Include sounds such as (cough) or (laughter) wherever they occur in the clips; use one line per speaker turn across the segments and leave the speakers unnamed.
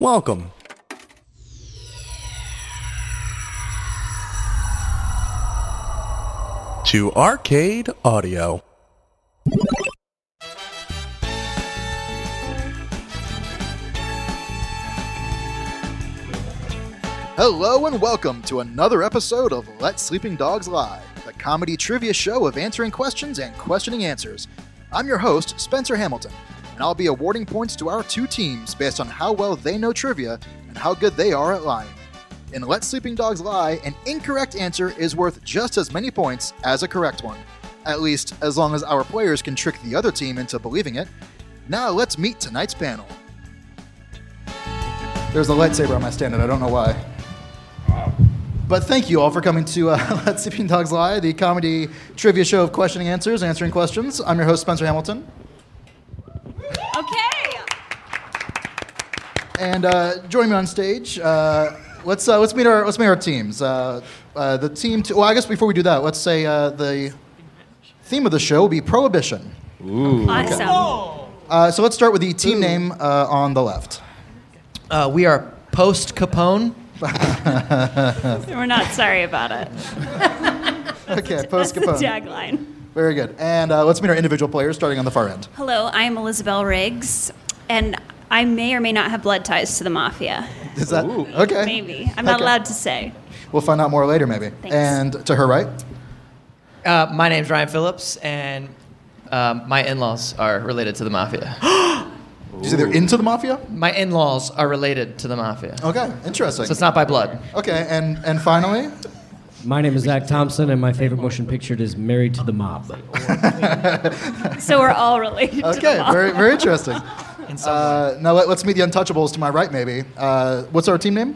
Welcome. To Arcade Audio.
Hello and welcome to another episode of Let Sleeping Dogs Lie, the comedy trivia show of answering questions and questioning answers. I'm your host, Spencer Hamilton, and I'll be awarding points to our two teams based on how well they know trivia and how good they are at lying. In Let Sleeping Dogs Lie, an incorrect answer is worth just as many points as a correct one, at least as long as our players can trick the other team into believing it. Now let's meet tonight's panel. There's a lightsaber on my stand, and I don't know why. But thank you all for coming to uh, (laughs) Let's Sleeping Dogs Lie, the comedy trivia show of questioning answers, answering questions. I'm your host, Spencer Hamilton.
Okay.
And uh, join me on stage. Uh, let's, uh, let's, meet our, let's meet our teams. Uh, uh, the team, t- well, I guess before we do that, let's say uh, the theme of the show will be Prohibition.
Awesome.
Uh, so let's start with the team name uh, on the left.
Uh, we are post Capone.
We're not sorry about it.
Okay, Post
That's the
Capone.
tagline.
Very good. And uh, let's meet our individual players starting on the far end.
Hello, I am Elizabeth Riggs, and I may or may not have blood ties to the mafia.
Is that okay?
Maybe. I'm not
Okay.
allowed to say.
We'll find out more later, maybe.
Thanks.
And to her right,
Uh, my name's Ryan Phillips, and um, my in laws are related to the (gasps) mafia.
you say they're into the mafia?
my in laws are related to the mafia.
Okay, interesting.
So it's not by blood.
Okay, and and
(laughs)
finally,
My name is Zach Thompson, and my favorite motion picture is Married to the Mob.
So we're all related to the
okay,
mafia.
very very
(laughs)
interesting. Uh, now let, us meet the Untouchables to my right, maybe. Uh, what's our team name?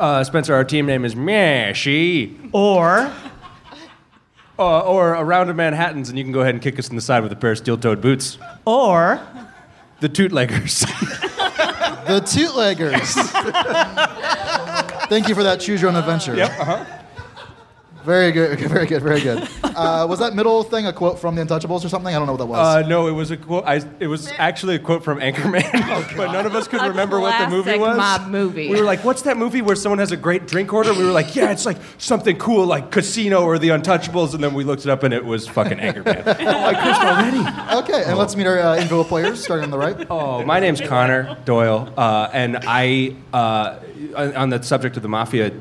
Uh, Spencer, our team name is Mashy.
Or
Uh, or a round of Manhattans, and you can go ahead and kick us in the side with a pair of steel toed boots.
or
The Tootleggers.
The
(laughs)
Tootleggers. Thank you for that choose your own adventure. Yep. Very good, (laughs) very good, very good. Uh, was that middle thing a quote from the Untouchables or something? I don't know what that was.
uh, no, it was a quote. I, it was actually a quote from Anchorman, but none of us could
A
remember what the movie
classic
was.
mob movie.
We were like, "What's that movie where someone has a great drink order?" We were like, "Yeah, it's like something cool, like Casino or The Untouchables," and then we looked it up, and it was fucking Anchorman.
okay, and let's meet our uh, individual players starting on the right.
Oh, my name's Connor Doyle, uh, and I, uh, on- on the subject of the mafia,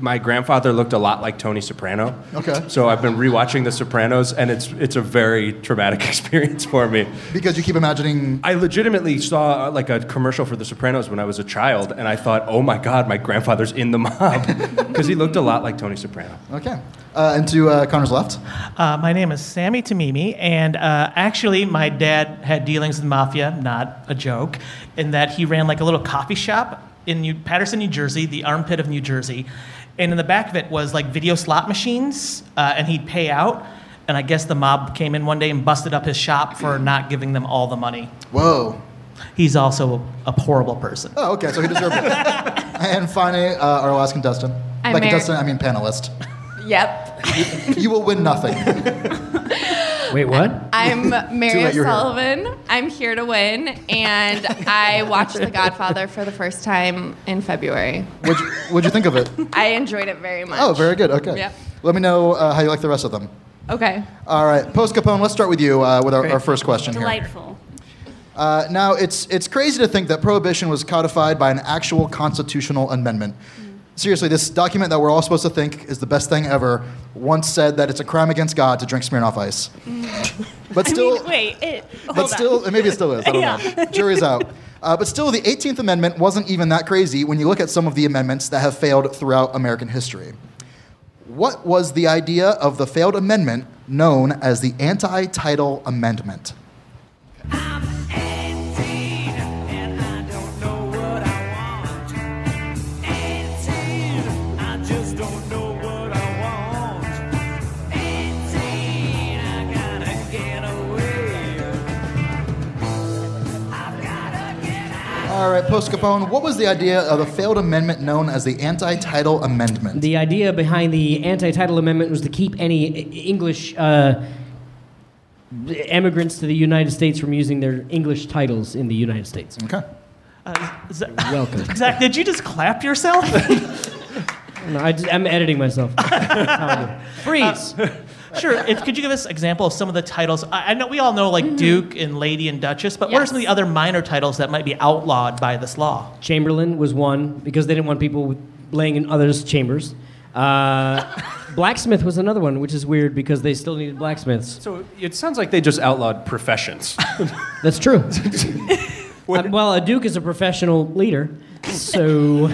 my grandfather looked a lot like Tony Soprano.
Okay.
So I've been rewatching The Sopranos, and it's it's a very traumatic (laughs) experience for me.
Because you keep imagining
I legitimately saw uh, like a commercial for The Sopranos when I was a child, and I thought, oh my god, my grandfather's in the mob (laughs) because he looked a lot like Tony Soprano.
Okay. Uh, and to uh, Connor's left.
Uh, my name is Sammy Tamimi, and uh, actually, my dad had dealings with the mafia, not a joke, in that he ran like a little coffee shop in New- Patterson, New Jersey, the armpit of New Jersey. And in the back of it was like video slot machines, uh, and he'd pay out. And I guess the mob came in one day and busted up his shop for not giving them all the money.
Whoa.
He's also a, a horrible person.
Oh, okay. So he deserved it. and finally, uh, our last contestant.
I'm
By
Mary-
contestant, I mean panelist.
Yep.
You will win nothing.
Wait, what?
(laughs)
I'm Mary
late, you're here.
Sullivan. I'm here to win, and I watched The Godfather for the first time in February.
What'd you, what'd you think of it?
I enjoyed it very much.
Oh, very good. Okay.
Yep.
Let me know uh, how you like the rest of them.
Okay.
All right, Post Capone, let's start with you uh, with our, our first question here.
Delightful.
Uh, now, it's, it's crazy to think that prohibition was codified by an actual constitutional amendment. Seriously, this document that we're all supposed to think is the best thing ever once said that it's a crime against God to drink Smirnoff Ice. but
I
still,
mean, wait. It, hold
but still,
on.
maybe it still is. I don't know.
Yeah.
Jury's out. Uh, but still, the 18th Amendment wasn't even that crazy when you look at some of the amendments that have failed throughout American history. What was the idea of the failed amendment known as the Anti Title Amendment? All right, Post Capone, what was the idea of the failed amendment known as the Anti Title Amendment?
The idea behind the anti-title amendment was to keep any E- English uh, immigrants to the United States from using their English titles in the United States.
okay.
Uh, Z-
Welcome.
Zach, did you just clap (laughs) yourself?
No, I am editing myself. (laughs) Freeze.
sure. If, could you give us an example of some of the titles? I, I know we all know like Duke and Lady and Duchess, but what are some of the
Yes.
other minor titles that might be outlawed by this law?
Chamberlain was one because they didn't want people with- laying in others' chambers. Uh, blacksmith was another one, which is weird because they still needed blacksmiths.
So it sounds like they just outlawed (laughs) professions.
That's true. Um, well, a duke is a professional leader, so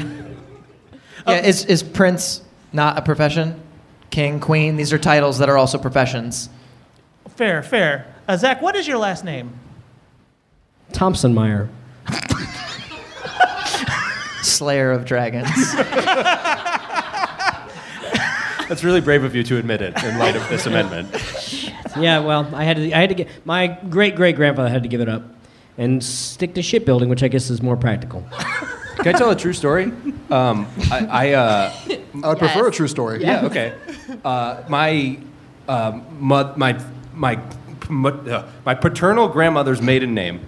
Yeah, is, is prince not a profession? King, queen, these are titles that are also professions.
Fair, fair. Uh, Zach, what is your last name?
Thompson Meyer.
Slayer of dragons.
That's really brave of you to admit it in light of this amendment.
Yeah, well, I had to, I had to get my great great grandfather had to give it up and stick to shipbuilding, which I guess is more practical.
Can I tell a true story? Um, I, I uh,
I would prefer a
Yes.
true story.
yeah, okay. Uh, my, um, mo- my, my, mo- uh, my paternal grandmother's maiden name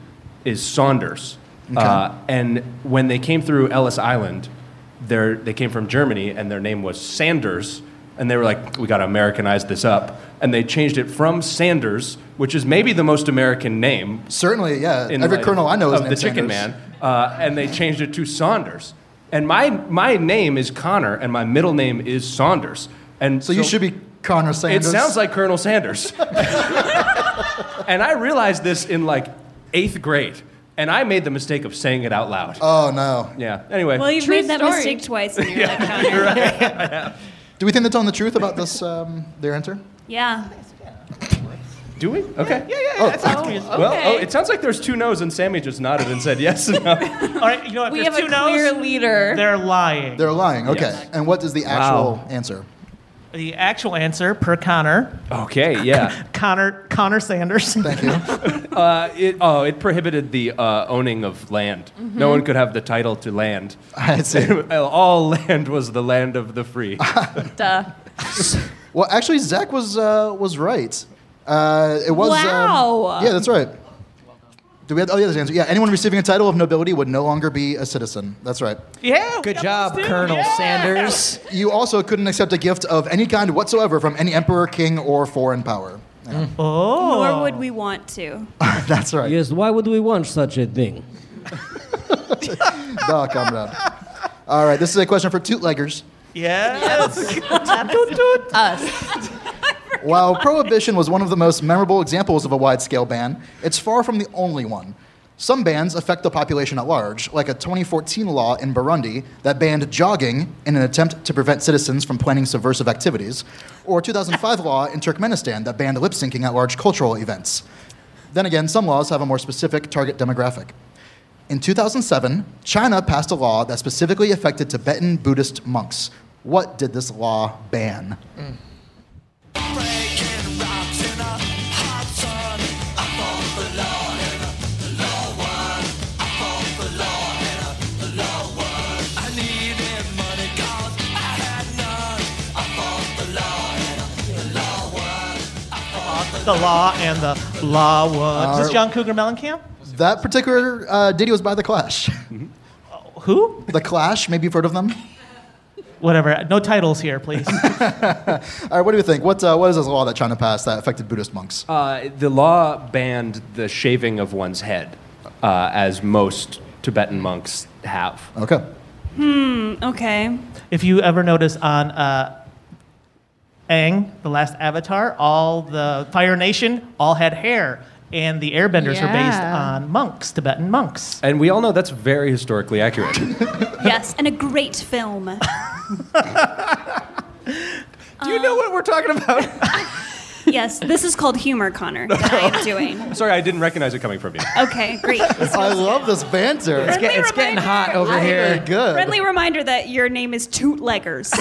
is Saunders. Uh, and when they came through Ellis Island, their- they came from Germany and their name was Sanders. And they were like, we got to Americanize this up. And they changed it from Sanders, which is maybe the most American name,
Certainly, yeah.
in
Every
light
colonel I know is
of the
named
Chicken Man,
Sanders.
uh, and they changed it to Saunders. And my my name is Connor, and my middle name is Saunders. And
So you should be Connor
It
Sanders.
sounds like Colonel Sanders. (laughs) and I realized this in like eighth grade, and I made the mistake of saying it out loud.
Oh no.
yeah. Anyway,
Well, you've
True
made that
story.
mistake twice in your life, Connor.
Do we think they're telling the truth about this? Um, their answer.
Yeah.
do we? Okay. Yeah, yeah.
Oh,
(laughs)
Well, oh, it sounds like there's two no's, and Sammy just nodded and said yes (laughs) and no.
All right, you know, if
we
there's
have
two
a clear
no's,
leader.
they're lying.
they're lying. Okay.
Yes.
And what is the actual answer? (laughs)
The actual answer per Connor,
Okay. (laughs) Yeah.
Connor, Connor Sanders.
Thank you.
Uh, it, oh, it prohibited the uh, owning of land. No one could have the title to land.
I see.
(laughs) All land was the land of the (laughs) free.
Duh.
Well, actually, Zach was uh, was right. Uh, it was. um,
Wow.
yeah, that's right. Do we have? Oh, yeah, that's the answer. Yeah, anyone receiving a title of nobility would no longer be a citizen. That's right.
(laughs) yeah.
(laughs)
we
Good
got
job,
this too.
Colonel
Yeah.
Sanders.
You also couldn't accept a gift of any kind whatsoever from any emperor, king, or foreign power.
Oh.
Nor would we want to.
(laughs) that's right.
Yes, why would we want such a thing?
Duh, comrade. All right, this is a question for tootleggers.
(laughs) Yes.
Us.
While prohibition was one of the most memorable examples of a wide scale ban, it's far from the only one. Some bans affect the population at large, like a 2014 law in Burundi that banned jogging in an attempt to prevent citizens from planning subversive activities, or a 2005 law in Turkmenistan that banned lip syncing at large cultural events. Then again, some laws have a more specific target demographic. In 2007, China passed a law that specifically affected Tibetan Buddhist monks. What did this law ban?
the law and the law was. Is
Uh,
this John Cougar Mellencamp?
That particular uh, ditty was by The Clash. (laughs)
Who?
the Clash, maybe you've heard of them.
Whatever. No titles here, please.
All right, what do you think? What, uh, what is this law that China passed that affected Buddhist monks?
Uh, the law banned the shaving of one's head, uh, as most Tibetan monks have.
Okay.
Okay.
if you ever notice on uh, Aang, the last Avatar, all the Fire Nation all had hair, and the Airbenders were based
Yeah.
on monks, Tibetan monks.
And we all know that's very historically (laughs) accurate.
Yes, and a great film.
Do you know what we're talking about?
Yes, this is called humor, Connor, that I am doing.
Sorry, I didn't recognize it coming from you.
Okay, great.
(laughs)
This
I
feels
love
good.
this banter.
It's, get, it's getting hot over
Very
here.
good.
Friendly reminder that your name is Tootleggers.
(laughs)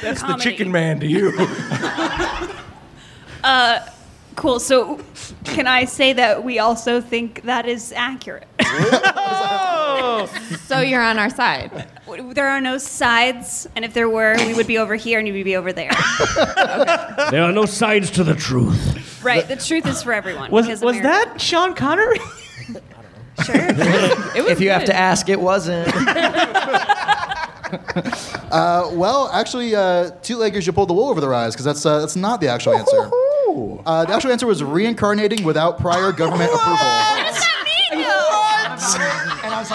That's
Comedy.
the chicken man
(laughs)
to you.
Uh, Cool. So, can I say that we also think that is accurate? (laughs)
So you're on our side.
There are no sides, and if there were, we would be over here and you would be over
(laughs)
there.
There are no sides to the truth.
Right. The truth is for everyone.
Was,
because
was
America-
that Sean Connery?
Sure. it was
If you have
good.
to ask, it wasn't.
(laughs)
Uh, well, actually, uh, two leggers, you pulled the wool over their eyes because that's, uh, that's not the actual answer. Uh, the actual answer was reincarnating without prior government approval.
and I was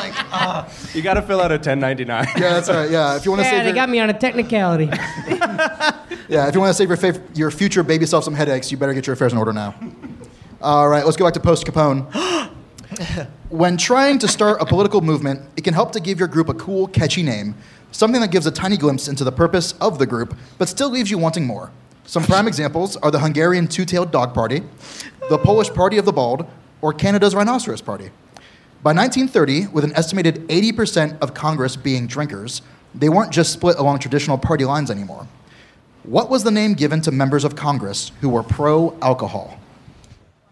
like,
You got to fill out a 1099.
Yeah, that's all right. Yeah, if you want to
Yeah,
save
they
your,
got me on a
(laughs)
technicality.
yeah, if you want to save your, fav- your future baby self some headaches, you better get your affairs in order now. All right, let's go back to post Capone. when trying to start a political movement, it can help to give your group a cool, catchy name, something that gives a tiny glimpse into the purpose of the group, but still leaves you wanting more. Some prime examples are the Hungarian Two-Tailed Dog Party, the Polish Party of the Bald, or Canada's Rhinoceros Party. By 1930, with an estimated 80% of Congress being drinkers, they weren't just split along traditional party lines anymore. What was the name given to members of Congress who were pro alcohol?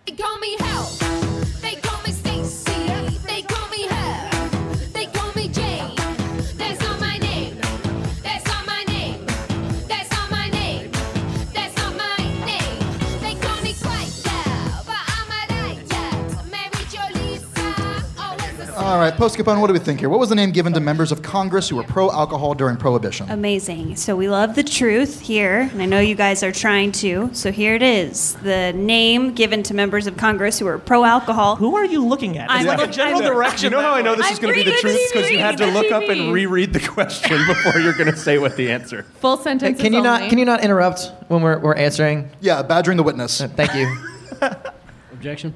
They call me Hell. They call me Stacy. They call me Hell. They call me Jane. That's not my name. That's not my name. That's not my name. That's not my name. They call me Quaker, but I'm a writer. Mary Oh, Jolisa, always the same.
All right, Post Capone, what do we think here? What was the name given to members of Congress who were pro alcohol during Prohibition?
Um, Amazing. So we love the truth here, and I know you guys are trying to. So here it is the name given to members of Congress who are pro alcohol.
(laughs) Who are you looking at?
I'm
It's like
looking-
a general
I'm-
direction.
You know how I know this
I'm
is going to be the
reading
truth
the
because you had to
TV.
look up and reread the question before you're going to say what the answer.
full sentence.
can you not? Can you not interrupt when we're, we're answering?
Yeah, badgering the witness.
Thank you.
Objection.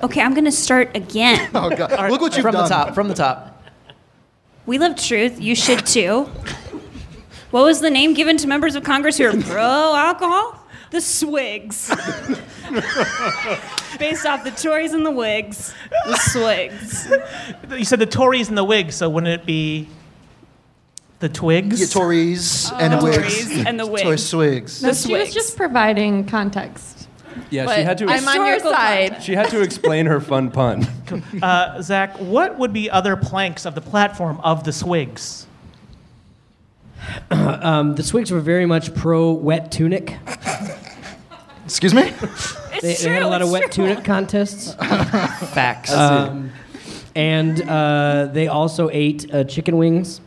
Okay, I'm going to start again.
Oh, God. Look what you've
from
done.
the top. From the top.
We love truth. You should too. What was the name given to members of Congress who are pro alcohol? The Swigs. Based off the Tories and the Whigs. The Swigs.
You said the Tories and the Whigs, so wouldn't it be the Twigs?
Yeah, Tories and Whigs.
Tories and the
Tory
Whigs.
Swigs.
The
She was
Swigs.
just providing context.
Yeah,
But
she had to.
I'm on your
Historical
side.
she had to explain her fun pun.
Uh, Zach, what would be other planks of the platform of the Swigs?
Um, the Swigs were very much pro wet tunic.
Excuse me?
They,
It's
they had a
true,
lot of
it's
wet
true.
tunic contests.
Facts.
Um, and uh, they also ate uh, chicken wings.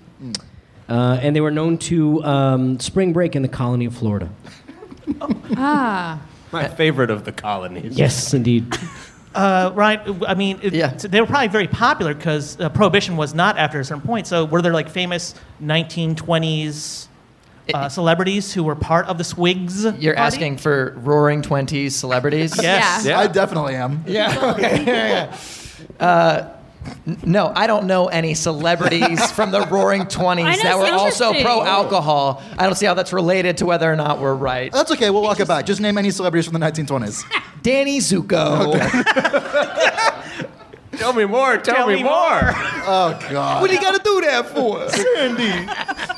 Uh, and they were known to um, spring break in the colony of Florida.
Ah,
My (laughs) favorite of the colonies.
Yes, indeed.
Uh, Ryan, I mean, it,
Yeah.
they were probably very popular because uh, Prohibition was not after a certain point. So were there like famous 1920s uh, celebrities who were part of the Swigs?
You're
party?
asking for roaring twenties celebrities.
Yes.
Yeah.
I definitely am. Yeah.
No, I don't know any
(laughs)
celebrities from the roaring
I know,
twenties that were
it's
also
interesting.
pro alcohol. I don't see how that's related to whether or not we're right.
That's okay. We'll walk it back. Just name any celebrities from the 1920s.
Danny Zuko.
Tell me more. Tell, me, more.
Oh, God.
do you gotta do that for?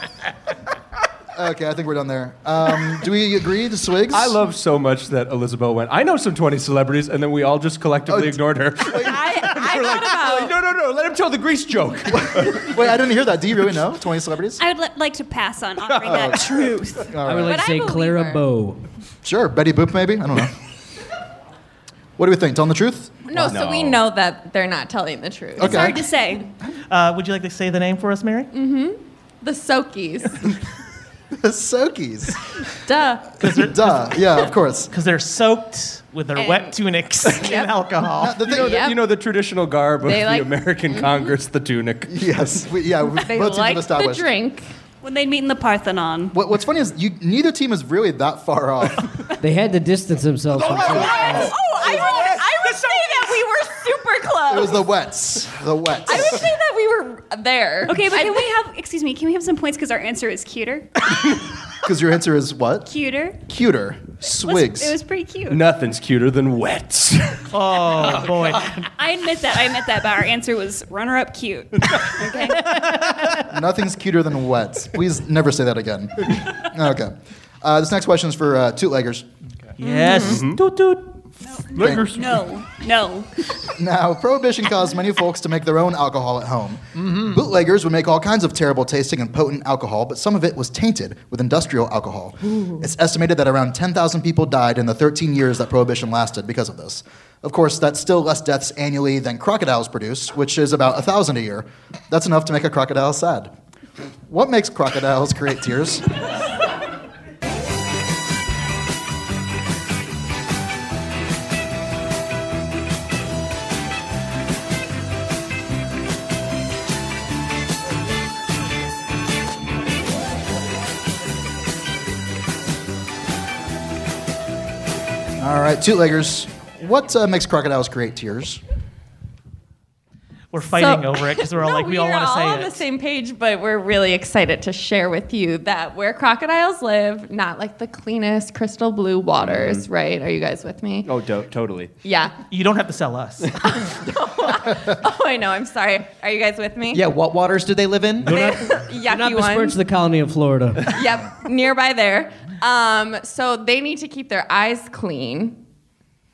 Okay, I think we're done there. Um, do we agree, the Swigs?
I love so much that Elizabeth went. I know some 20 celebrities, and then we all just collectively
Oh,
ignored
(laughs)
her.
I, I
We're like, oh,
thought about.
no, no, no. Let him tell the grease joke.
Wait, I didn't hear that. Do you really know 20 celebrities?
I would li- like to pass on offering that truth.
(laughs) I would like to
But I
say
believe
Clara
her.
Bow.
Sure, Betty Boop, maybe? I don't know. (laughs) what do we think? Telling the truth? (laughs)
No, so we know that they're not telling the truth.
It's hard to say.
Uh, would you like to say the name for us, Mary?
Mm.
(laughs)
The Sokies.
The Sokies.
Duh.
Duh. Yeah, of course.
Because they're soaked with their wet
And- (laughs)
tunics
Yep. Oh,
and
(laughs)
alcohol.
The
You know,
thing,
Yep.
the, (laughs) you know the traditional garb of
They
the
like- Mm-hmm.
American Congress, the tunic.
yes. We, yeah, we,
They
both teams have
like the
established.
drink.
When they meet in the Parthenon.
What, what's funny is you, neither team is really that far off.
They had to distance themselves from
Oh, I would, I would say that we were super close.
It was the wets. The wets.
I would say that we were there.
Okay, but
I
can we
think-
have, excuse me, can we have some points because our answer is cuter?
Because your answer is what?
Cuter?
Cuter.
Was-
Swigs.
It was pretty cute.
Nothing's cuter than (laughs) wets.
Oh, boy.
Mm-hmm.
I admit that, I admit that, but our answer was runner up cute. Okay?
Nothing's cuter than wets. Please never say that again. Okay. Uh, this next question is for uh, Tootleggers.
yes. Toot, toot.
Liquors.
No, no.
Now, prohibition caused many folks to make their own alcohol at home. Bootleggers would make all kinds of terrible tasting and potent alcohol, but some of it was tainted with industrial alcohol. It's estimated that around 10,000 people died in the 13 years that prohibition lasted because of this. Of course, that's still less deaths annually than crocodiles produce, which is about 1,000 a year. That's enough to make a crocodile sad. What makes crocodiles create tears? All right, two leggers. What uh, makes crocodiles create tears?
We're (laughs) fighting over it because we're all
(laughs) No,
like, we all want to
We
say
are all
it.
on the same page, but we're really excited to share with you that where crocodiles live, not like the cleanest crystal blue waters, right? Are you guys with me?
Oh, do- totally.
Yeah. (laughs)
You don't have to sell us.
Oh, I know. I'm sorry. Are you guys with me?
Yeah, what waters do they live in?
Yucky
Not
one.
besmirch the colony of Florida.
(laughs) yep, nearby there. Um, so they need to keep their eyes clean.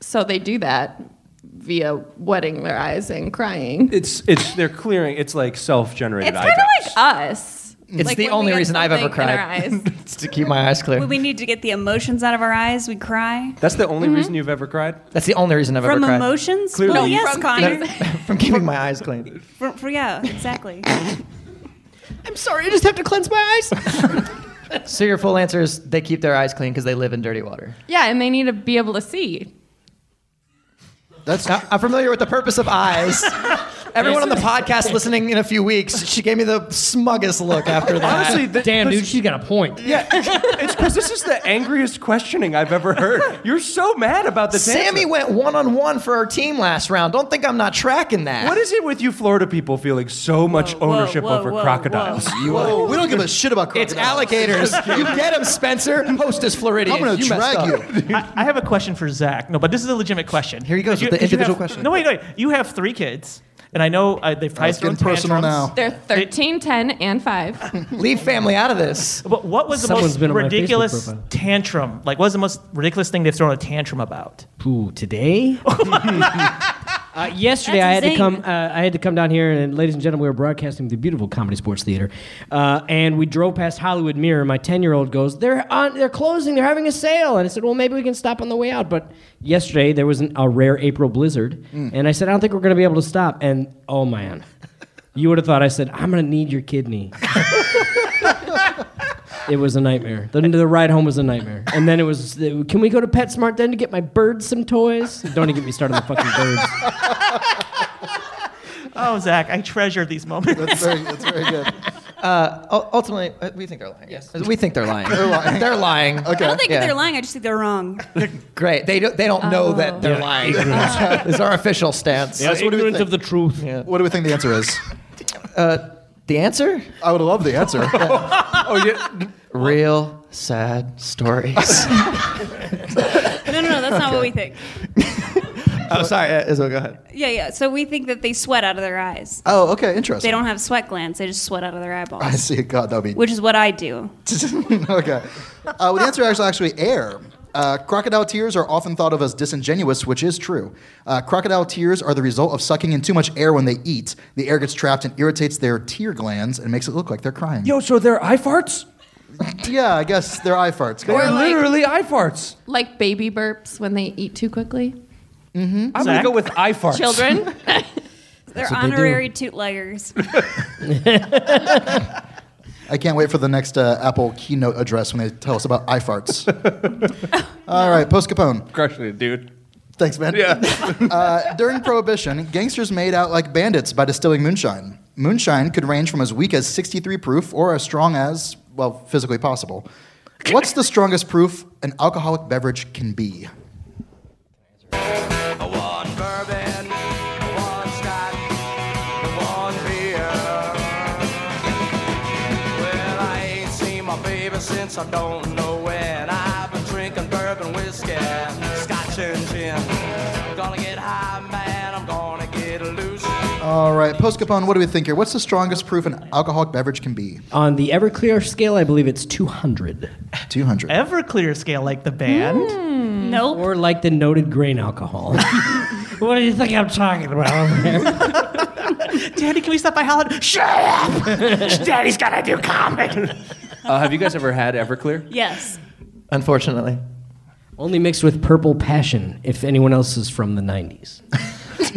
So they do that via wetting their eyes and crying.
It's it's they're clearing. It's like self-generated.
It's kind of like us.
It's
Like,
the
when we
only
get
reason I've ever
something in our
cried. (laughs)
eyes.
It's to keep my eyes clear.
When we need to get the emotions out of our eyes, we cry.
uh,
That's the
Mm-hmm.
only reason you've ever cried.
That's the only reason I've
From
ever cried.
emotions?
Clearly.
Well,
No,
yes,
from
Connor.
(laughs)
things-
From keeping my eyes clean.
(laughs) From- from- yeah, exactly.
I'm sorry, I just have to cleanse my eyes. (laughs) so your full answer is they keep their eyes clean because they live in dirty water.
Yeah, and they need to be able to see.
That's
Now, I'm familiar with the purpose of eyes. Everyone on the podcast listening in a few weeks, she gave me the smuggest look
(laughs)
after that.
Honestly, th-
Damn,
this-
dude, she's got a point.
Yeah, (laughs) it's because this is the angriest questioning I've ever
(laughs)
heard. You're so mad about the
Sammy
answer.
went one on one for our team last round. Don't think I'm not tracking that.
What is it with you Florida people feeling so much
whoa,
ownership
whoa,
over
whoa,
crocodiles?
whoa.
Whoa, we don't give a shit about crocodiles.
It's alligators. you get them, Spencer. Host is Floridian.
I'm gonna
you messed
drag
up.
you.
I, I have a question for Zach. No, but this is a legitimate question.
Here he goes
Did
with the
did
individual
have-
question.
No, wait, wait. You have three kids, and I know uh, they've probably
it's getting personal now.
They're 13, 10, and 5.
Leave family out of this.
But what was the
Someone's
most
been on my Facebook
ridiculous
profile.
tantrum? Like, what was the most ridiculous thing they've thrown a tantrum about?
Ooh,
(laughs)
today? Uh, yesterday,
That's
I had to
insane.
come. Uh, I had to come down here, and ladies and gentlemen, we were broadcasting the beautiful Comedy Sports Theater, uh, and we drove past Hollywood Mirror. My ten-year-old goes, "They're on. They're closing. They're having a sale." And I said, "Well, maybe we can stop on the way out." But yesterday, there was an, a rare April blizzard,
Mm.
and I said, "I don't think we're going to be able to stop." And oh man, you would have thought I said, "I'm going to need your kidney." It was a nightmare. The, the ride home was a nightmare. And then it was, can we go to PetSmart then to get my birds some toys? Don't even get me started on the fucking birds.
Oh, Zach, I treasure these moments.
That's very, that's very good.
U- ultimately, uh, we think they're lying. Yes, we think they're lying. they're
lying.
They're lying.
Okay.
I don't think
Yeah.
they're lying. I just think they're wrong.
Great. They don't. They don't know that they're lying. is our official stance.
So what do we ignorant think? of
the truth.
What do we think the answer is?
The answer?
I would love the answer.
(laughs)
Oh, yeah.
Real sad stories.
No, no, no. That's not what we think.
oh, sorry. Uh, Izzo, go ahead.
Yeah, yeah. So we think that they sweat out of their eyes.
Oh, okay, interesting.
They don't have sweat glands. They just sweat out of
(laughs)
their
I
eyeballs,
see. God, that would be
which is what I do.
(laughs) okay. Uh, well, the answer is actually air. Uh, crocodile tears are often thought of as disingenuous, which is true. Uh, crocodile tears are the result of sucking in too much air when they eat. The air gets trapped and irritates their tear glands and makes it look like they're crying.
Yo, so they're eye farts?
Yeah, I guess they're eye farts.
They're
like-
literally eye farts.
Like baby burps when they eat too quickly.
I'm going to
Zach?
go with eye farts.
Children.
They're
what they do.
honorary toot leggers.
I can't wait for the next uh, Apple keynote address when they tell us about eye farts. All right, post Capone.
Crushing it, dude.
Thanks, man.
Yeah.
(laughs) uh, during Prohibition, gangsters made out like bandits by distilling moonshine. Moonshine could range from as weak as 63 proof or as strong as, well, physically possible. What's the strongest proof an alcoholic beverage can be?
Since I don't know when I've been drinking bourbon whiskey, scotch and gin. Gonna get high, man. I'm gonna get loose.
All right, Post Capone, what do we think here? What's the strongest proof an alcoholic beverage can be?
On the Everclear scale, I believe it's 200.
200.
Everclear scale, like the band.
Hmm.
nope.
Or like the noted grain alcohol. what do you think I'm talking about
(laughs)
over there?
Daddy, can we stop by Holland? Shut up! Daddy's gotta do comedy.
Uh, have you guys ever had Everclear?
Yes.
Unfortunately,
Only mixed with Purple Passion, if anyone else is from the 90s.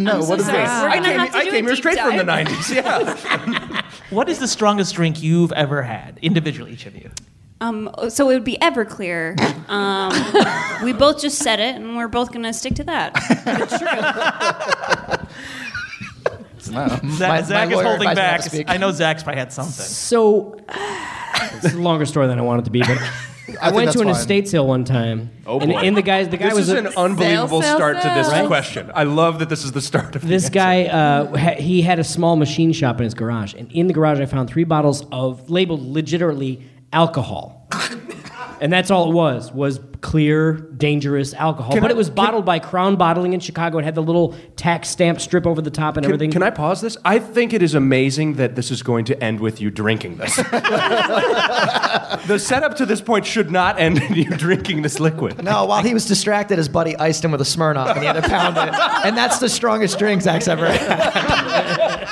No,
so
what is
sorry.
this?
We're
I
gonna
came,
have to
I
do a
came here
deep
straight from the
dive.
90s.
(laughs)
Yeah.
What is the strongest drink you've ever had, individually, each of you?
Um, so it would be Everclear. (laughs) Um, we both just said it, and we're both gonna stick to that. It's true.
Zach,
My-
Zach
my
is
lawyer advised me
holding
not
back.
to speak.
I know Zach's probably had something.
(laughs)
So, it's a longer story than I wanted to be, but I,
think
went
that's
to an
fine.
estate sale one time.
Oh,
and,
boy.
and the guy, the guy
This
was
is
a-
an unbelievable
sell,
start to this
sell.
question. I love that this is the start of the
This
answer.
guy, uh, ha- he had a small machine shop in his garage, and in the garage, I found three bottles of labeled legitimately
(laughs)
alcohol, and that's all it was was clear, dangerous alcohol.
Can
but
I-
it was
can-
bottled by Crown Bottling in Chicago. It had the little tax stamp strip over the top and
Can-
everything.
Can I pause this? I think it is amazing that this is going to end with you drinking this. (laughs) the setup to this point should not end in you drinking this liquid.
No, while he was distracted, his buddy iced him with a Smirnoff, and he had to pound it. And that's the strongest drink Zach's ever had.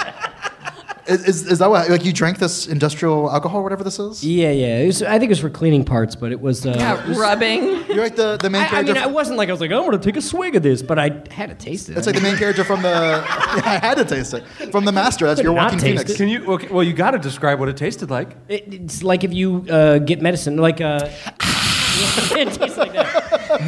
Is, is, is that what, like, you drank this industrial alcohol, or whatever this is?
Yeah, yeah. It was, I think it was for cleaning parts, but it was. Uh,
(laughs)
(laughs) Yeah, rubbing.
You're like the, the main
I, I
character.
mean, I wasn't like I was like I'm gonna take a swig of this, but I had to taste it.
that's like the main character from the. (laughs) I had to taste it. From the master. That's your
not
Walking
taste
Phoenix.
Can you? Okay, well, you got to describe what it tasted like.
It, it's like if you uh, get medicine, like uh, (laughs) it tastes like that.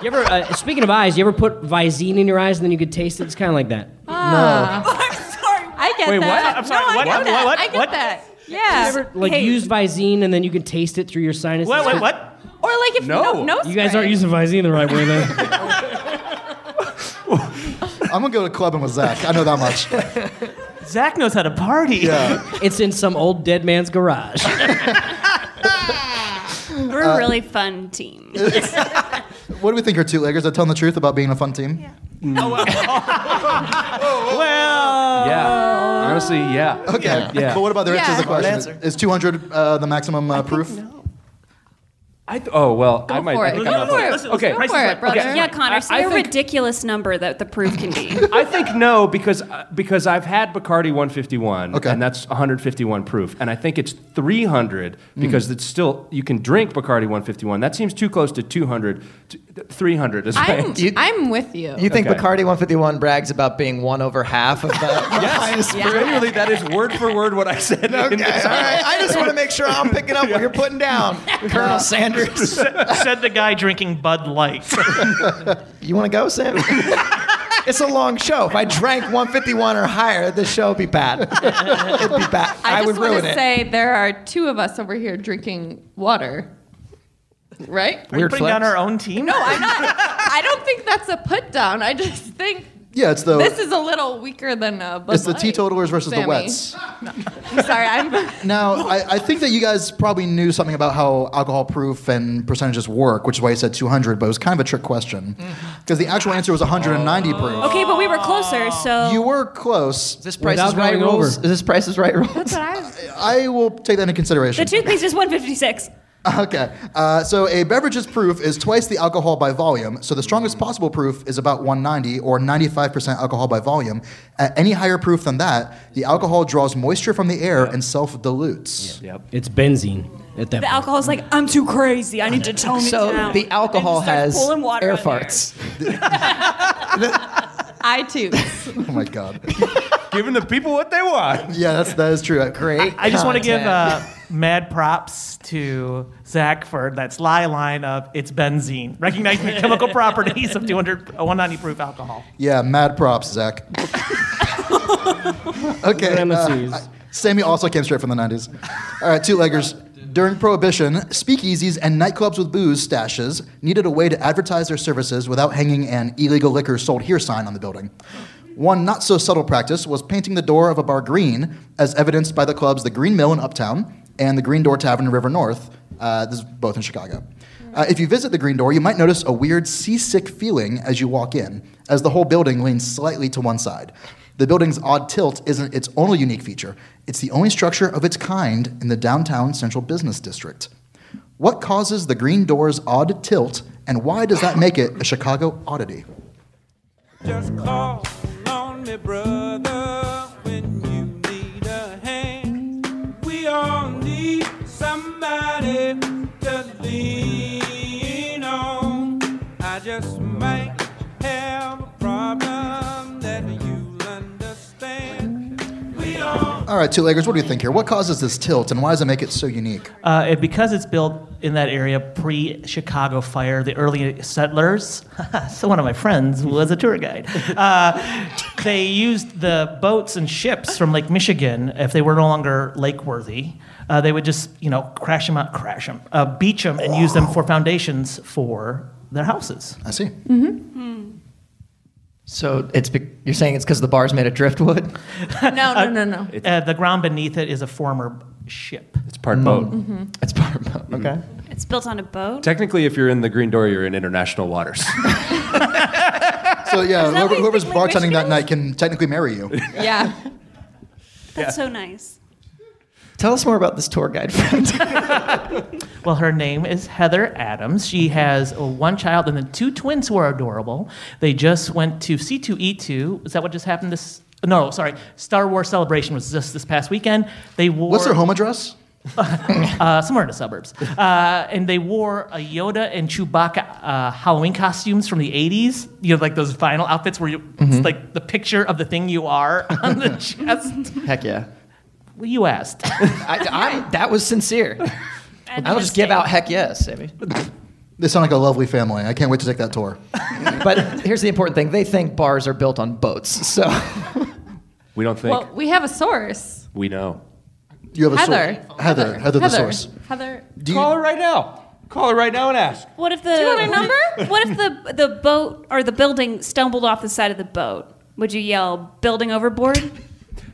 (laughs) you ever? Uh, speaking of eyes, you ever put Visine in your eyes and then you could taste it? It's kind of like that.
(laughs) I'm sorry.
Ah, I get
Wait, what?
that.
I'm
sorry,
No, I
what?
get
What?
that.
What?
I get
What?
that. Yeah.
You ever, like use Visine and then you could taste it through your sinuses.
What? What? What?
or like if
No.
no, no
You guys
spray.
aren't using Visine the right way then.
I'm going to go to clubbing with Zach. I know that much.
Zach knows how to party.
(laughs) it's in some old dead man's garage.
We're
Uh,
a really fun
(laughs)
team.
What do we think are two leggers? Are telling the truth about being a fun team?
(laughs) Well,
Yeah. Honestly, yeah.
Okay.
Yeah.
But what about the rest
Yeah.
of the
Hard
question?
answer.
Is 200 uh, the maximum uh, proof?
I th- oh well, I might.
for
I
it.
think
Go
I'm up
for it.
it.
Listen,
Okay.
Go for it, brother.
(laughs)
Okay.
Yeah, Connor, say
I- I
a
think-
ridiculous number that the proof can be.
I think no because uh, because I've had Bacardi 151
Okay.
and that's 151 proof and I think it's
Mm.
300 because it's still you can drink Bacardi 151 that seems too close to 200 to 300 is
I'm,
(laughs) right.
You-
I'm with you.
You think
Okay.
Bacardi 151 brags about being one over half of the
(laughs)
yes.
Genuinely, that is word for word what I said. in
Okay, all
this-
right. I just want to make sure I'm picking up what you're putting down, Colonel Sanders.
said the guy drinking
(laughs)
Bud Light.
You want to go,
(laughs)
Sam? It's a long show. If I drank 151 or higher, this show would be bad. It'd be bad. I,
I,
would
just want
ruin
to
it.
say there are two of us over here drinking water. Right?
Are you putting down
flex.
our own team?
No, I'm not. I don't think that's a put down. I just think
Yeah, it's the.
this is a little weaker than a Bud
it's the
Light,
teetotalers versus
Sammy.
the wets.
Sorry, I'm. (laughs)
Now, I, I think that you guys probably knew something about how alcohol proof and percentages work, which is why you said 200, but it was kind of a trick question.
Mm-hmm.
Because the actual answer was 190
Oh.
proof.
Okay, but we were closer, so
You were close.
This Price
Without
is Right
going
rules.
over.
Is this Price is Right rules?
I will take that into
the
consideration.
toothpaste is 156.
(laughs) okay. Uh, so a beverage's proof is twice the alcohol by volume. So the strongest possible proof is about 190 or 95% alcohol by volume. At any higher proof than that, the alcohol draws moisture from the air and self dilutes.
Yep.
It's benzene at that.
The alcohol's like, I'm too crazy. I need to tone it
So
down.
the alcohol
And it starts
has
pulling water
air
in there.
farts.
I too.
(laughs) Oh my God. (laughs)
Giving the people what they want.
Yeah, that's, that is true.
Great.
I just want to give
content.
uh, mad props to Zach for that sly line of it's benzene, recognizing the (laughs) chemical properties of 200, uh, 190 proof alcohol.
Yeah, mad props, Zach. okay.
Premises.
uh, Sammy also came straight from the 90s. All right, two leggers. During Prohibition, speakeasies and nightclubs with booze stashes needed a way to advertise their services without hanging an illegal liquor sold here sign on the building. One not so subtle practice was painting the door of a bar green, as evidenced by the clubs The Green Mill in Uptown and the Green Door Tavern in River North. Uh, this is both in Chicago. Uh, if you visit the Green Door, you might notice a weird seasick feeling as you walk in, as the whole building leans slightly to one side. The building's odd tilt isn't its only unique feature, it's the only structure of its kind in the downtown central business district. What causes the Green Door's odd tilt, and why does that make it a Chicago oddity?
Just call on me, brother, when you need a hand. We all need somebody to lean might have a problem that you'll understand. We don't
All right, two leggers. What do you think here? What causes this tilt, and why does it make it so unique?
Uh, it, because it's built in that area pre Chicago fire, the early settlers. (laughs) so, one of my friends was a tour guide. Uh, they used the boats and ships from Lake Michigan, if they were no longer lake worthy. Uh, they would just, you know, crash them out, crash them, uh, beach them, and use them for foundations for their houses.
I see.
So it's be- you're saying it's because the bar's made of driftwood?
No, no, no, no.
Uh, the ground beneath it is a former ship.
It's
Mm.
part boat.
It's bar. Okay.
It's built on a boat.
Technically, if you're in the Green Door, you're in international waters. (laughs)
So yeah,
that
whoever,
what you
whoever's
think my wish
bartending that
is?
night can technically marry you.
(laughs)
Yeah.
That's so nice.
Tell us more about this tour guide friend.
Well, her name is Heather Adams. She has uh, one child and then two twins who are adorable. They just went to C2E2. Is that what just happened this? No, sorry. Star Wars Celebration was just this past weekend. They wore
What's their home address?
uh, somewhere in the suburbs, uh, and they wore a Yoda and Chewbacca uh, Halloween costumes from the '80s. You know, like those vinyl outfits where you, it's like the picture of the thing you are (laughs) on the chest.
(laughs) Heck yeah.
Well, you asked.
I, I'm, that was sincere. I don't just give out heck yes, Sammy.
They sound like a lovely family. I can't wait to take that tour.
But here's the important thing: they think bars are built on boats. So
we don't think.
Well, we have a source.
we know.
You have a
Heather.
source. Heather. Heather. the source.
Heather.
Do you,
Call her right now. Call her right now and ask.
What if the Do
you want a
(laughs)
number?
What if the the boat or the building stumbled off the side of the boat? Would you yell "building overboard"?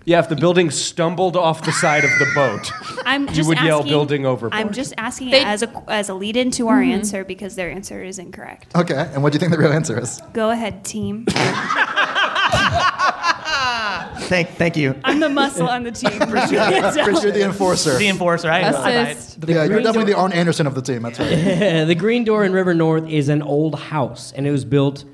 Yeah, if the building stumbled off the side of the boat.
I'm just
would
asking,
yell building overboard.
I'm just asking
They-
it as a as a lead into our answer because their answer is incorrect.
okay, and what do you think the real answer (laughs) is?
Go ahead, team.
(laughs) thank, thank you.
(laughs) I'm the muscle on the team. (laughs)
You're the (laughs) enforcer.
(laughs) the enforcer. I, I, I,
Assist.
yeah, you're definitely the Arn Anderson of the team. That's right.
Uh, the Green Door in River North is an old house, and it was built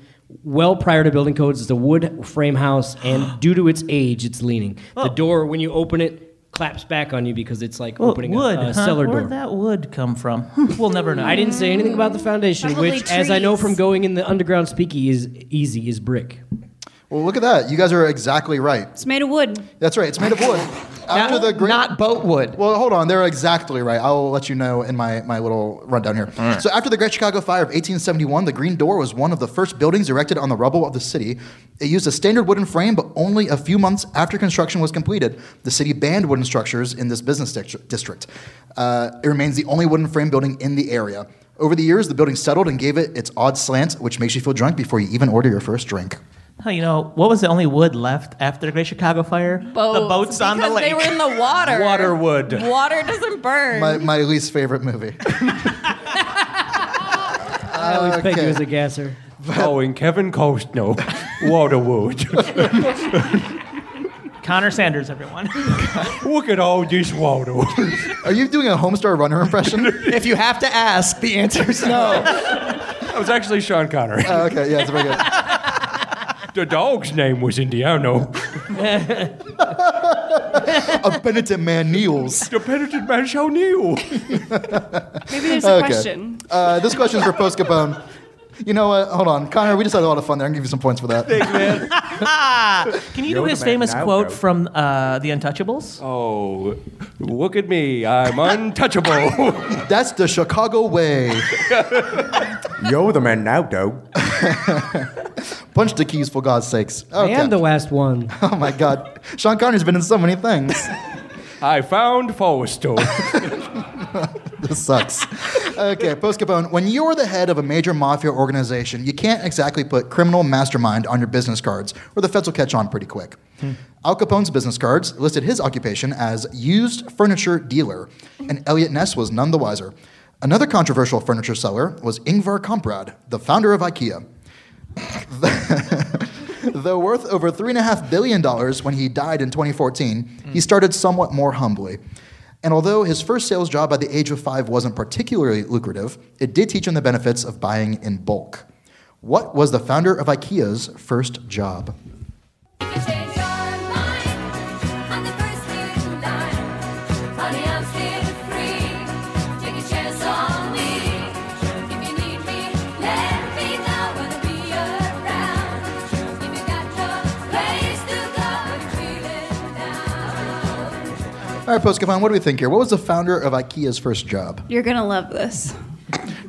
well prior to building codes. It's a wood frame house, and due to its age, it's leaning. The door, when you open it, claps back on you because it's like
Well,
opening
Oh, wood,
a, a
huh?
cellar
Where'd
door.
that wood come from? (laughs) we'll never know.
I didn't say anything about the foundation,
Probably
which, as I know
trees.
from going in the underground speaky, is easy is brick.
Well, look at that. You guys are exactly right.
It's made of wood.
That's right. It's made of wood. After
not,
the great.
not boat wood.
well, hold on. They're exactly right. I'll let you know in my, my little rundown here. So, after the Great Chicago Fire of 1871, the Green Door was one of the first buildings erected on the rubble of the city. It used a standard wooden frame, but only a few months after construction was completed, the city banned wooden structures in this business distri- district. Uh, it remains the only wooden frame building in the area. Over the years, the building settled and gave it its odd slant, which makes you feel drunk before you even order your first drink.
Oh, you know, what was the only wood left after the Great Chicago Fire? The boats on the
because
lake.
They were in the water.
Water wood.
Water doesn't burn.
My, my least favorite movie.
(laughs) I always pegged
Okay.
you as a gasser.
Following Kevin Costner, (laughs) Waterwood.
Connor Sanders, everyone.
Look at all this water.
Are you doing a Homestar Runner impression?
(laughs) If you have to ask, the answer's no.
That was actually Sean Connery.
(laughs) Oh, okay, yeah, it's very good.
the dog's name was Indiano.
A penitent man kneels.
The penitent man shall kneel.
Maybe there's a
Okay.
question.
Uh, this question's for Post Capone. You know what? Hold on, Connor. We just had a lot of fun there. I can give you some points for that.
Can you
You're
do
the
his
man
famous
now,
quote
bro.
from uh, The Untouchables?
Oh, look at me. I'm untouchable.
That's the Chicago way.
Yo, the man now, dog.
Punch the keys for God's sakes. Okay.
I am the last one.
oh my God, Sean Connery's been in so many things.
I found Forrester.
(laughs) This sucks. Okay, Post Capone, when you're the head of a major mafia organization, you can't exactly put criminal mastermind on your business cards, or the feds will catch on pretty quick. Al Capone's business cards listed his occupation as used furniture dealer, and Elliot Ness was none the wiser. Another controversial furniture seller was Ingvar Kamprad, the founder of IKEA. Though worth over $3.5 billion when he died in 2014, he started somewhat more humbly. And although his first sales job by the age of five wasn't particularly lucrative, it did teach him the benefits of buying in bulk. What was the founder of IKEA's first job?
If you change your mind on the first day of July, honey, I'm still free. Take a chance on me. If you need me, let me know. Wanna be
All right, Poscafon, what do we think here? What was the founder of IKEA's first job?
You're gonna love this.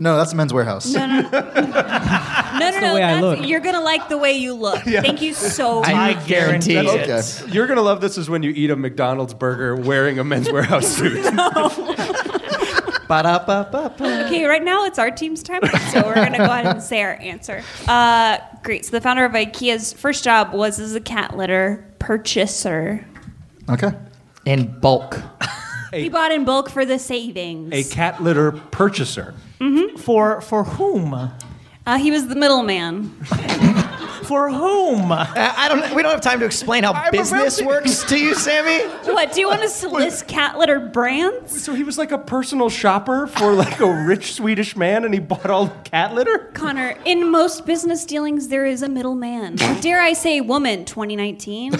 No, that's Men's Warehouse.
(laughs) No, no, (laughs) no, no, no.
way I
that's-
look.
You're gonna like the way you
(laughs)
look. Thank you so much.
I guarantee it.
okay.
You're gonna love this. Is when you eat a McDonald's burger wearing a Men's Warehouse suit.
Ba-da-ba-ba-ba.
Okay, right now it's our team's time, so we're gonna go ahead and say our answer. Uh, great. So the founder of IKEA's first job was as a cat litter purchaser.
Okay.
In bulk.
He bought in bulk for the savings.
a cat litter purchaser.
For for whom?
Uh, he was the middleman.
For whom?
I I don't. We don't have time to explain (laughs) how business works to you, Sammy.
What do you want us to list cat litter brands?
So he was like a personal shopper for like a rich Swedish man, and he bought all the cat litter.
Connor, in most business dealings, there is a middleman. Dare I say, woman, 2019.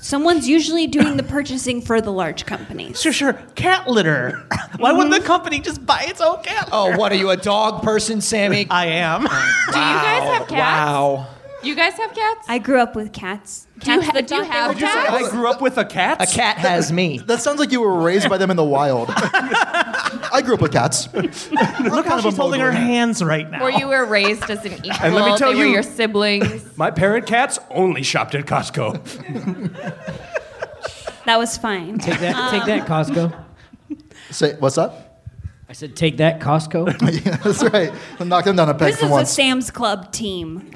Someone's usually doing the purchasing for the large companies.
Sure, sure. Cat litter. Why wouldn't the company just buy its own cat? litter?
Oh, what are you, a dog person, (laughs) Sammy?
(laughs) I am.
Do you guys have cats?
Wow.
You guys have cats?
I grew up with cats.
do you,
Cats
ha-
that
do you
thought they
have
were
cats?
I grew up with a cat.
A cat has me.
That sounds like you were raised by them in the
(laughs)
wild. I grew up with cats.
Look how she's holding her hands right now.
Or you were raised as an equal?
And let me tell
they were
you-
your siblings.
My parent cats only shopped at (laughs) Costco.
That was fine.
Take that, take that, Costco.
Say, what's up? (laughs)
I said, take that, Costco.
yeah, that's right. Knock them down a peg
This
for
is a
once.
Sam's Club team.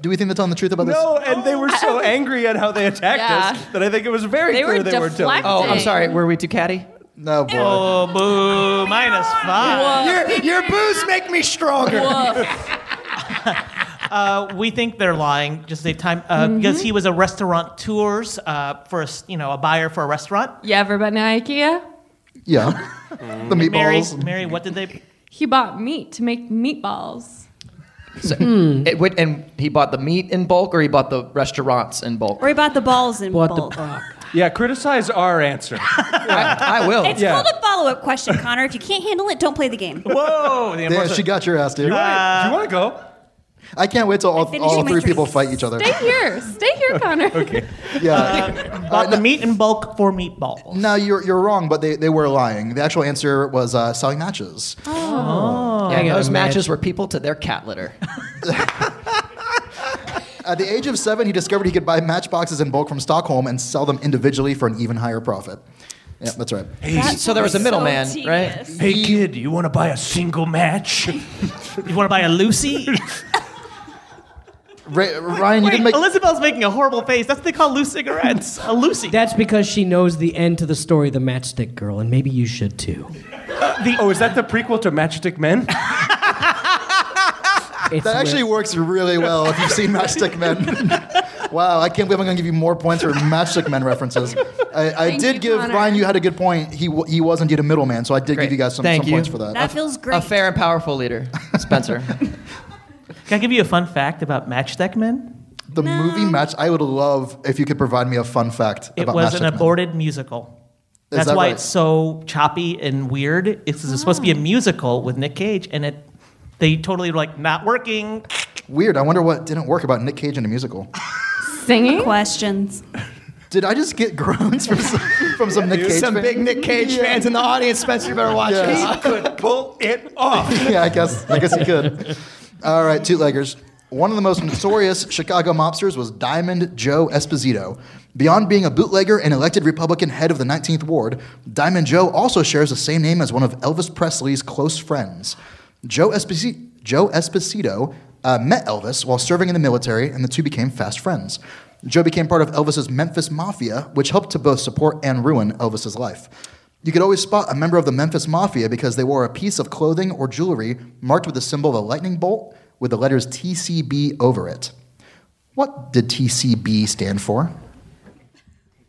Do we think that's on the truth about this?
No, and they were so angry at how they attacked us
Yeah.
that I think it was very
They
clear
were
um, they were doing.
deflecting.
Oh, I'm sorry. Were we too catty?
No, boy.
(laughs) Oh, boo.
(laughs)
Minus five.
Oh. Your, your booze make me stronger.
Uh, we think they're lying just to save time uh,
Mm-hmm.
because he was a restaurant tours uh, for a, s- you know a buyer for a restaurant.
You ever been to IKEA?
Yeah. the
Mary,
meatballs.
Mary, what did they?
He bought meat to make meatballs.
It would, and he bought the meat in bulk, or he bought the restaurants in bulk.
Worry about the balls in
Bought the
bulk.
(laughs) Yeah, criticize our (laughs) answer.
I, I will.
It's called a follow-up question, Connor. If you can't handle it, don't play the game.
Whoa! The
Yeah,
enforcer-
she got your ass, dude.
Do you want to go?
I can't wait till all,
finished
all
my
three people
drink.
fight each other.
Stay here. Stay here, Connor.
Yeah.
bought the meat in bulk for meatballs.
no, you're, you're wrong, but they, they were lying. The actual answer was uh, selling matches.
Yeah,
gotta
those
imagine.
matches were people to their cat litter.
At the age of seven, he discovered he could buy matchboxes in bulk from Stockholm and sell them individually for an even higher profit. Yeah, that's right.
so there was a middleman, right?
Hey kid, you want to buy a single match?
You want to buy
(laughs)
a Lucy?
Ra- Ryan, you
Wait,
didn't make.
Elizabeth's making a horrible face. That's what they call loose cigarettes. A Lucy.
That's because she knows the end to the story, the Matchstick Girl, and maybe you should too.
oh, is that (laughs) the prequel to Matchstick (laughs) Men?
It's
That actually
lit.
works really well if you've
(laughs)
seen Matchstick Men. (laughs) wow, I can't believe I'm going to give you more points for Matchstick Men references. I, I
Thank
did
you,
give
Connor.
Ryan, you had a good point. He, w- he was indeed a middleman, so I did
Great.
give you guys some,
Thank
some
you.
points for that.
That feels great.
A fair and powerful leader, Spencer.
Can I give you a fun fact about Matchstick Men?
The movie match, I would love if you could provide me a fun fact
It
about
was
Matchstick
an
Men.
aborted musical.
Is
That's
that
why
right? Oh.
it's so choppy and weird. It's, it's supposed to be a musical with Nick Cage, and it they totally were like not working.
Weird. I wonder what didn't work about Nick Cage in a musical.
Singing?
questions.
Did I just get (laughs) groans from some, from
(laughs)
some Nick Cage?
Some
fan?
(laughs) big Nick Cage fans in the audience, Spencer. You better watch
Yeah.
this.
could pull it off.
(laughs) yeah, I guess I guess he could. All right, two leggers. One of the most notorious Chicago mobsters was Diamond Joe Esposito. Beyond being a bootlegger and elected Republican head of the 19th Ward, Diamond Joe also shares the same name as one of Elvis Presley's close friends. Joe, Esposi- Joe Esposito uh, met Elvis while serving in the military, and the two became fast friends. Joe became part of Elvis's Memphis Mafia, which helped to both support and ruin Elvis's life. You could always spot a member of the Memphis Mafia because they wore a piece of clothing or jewelry marked with the symbol of a lightning bolt with the letters TCB over it. What did TCB stand for?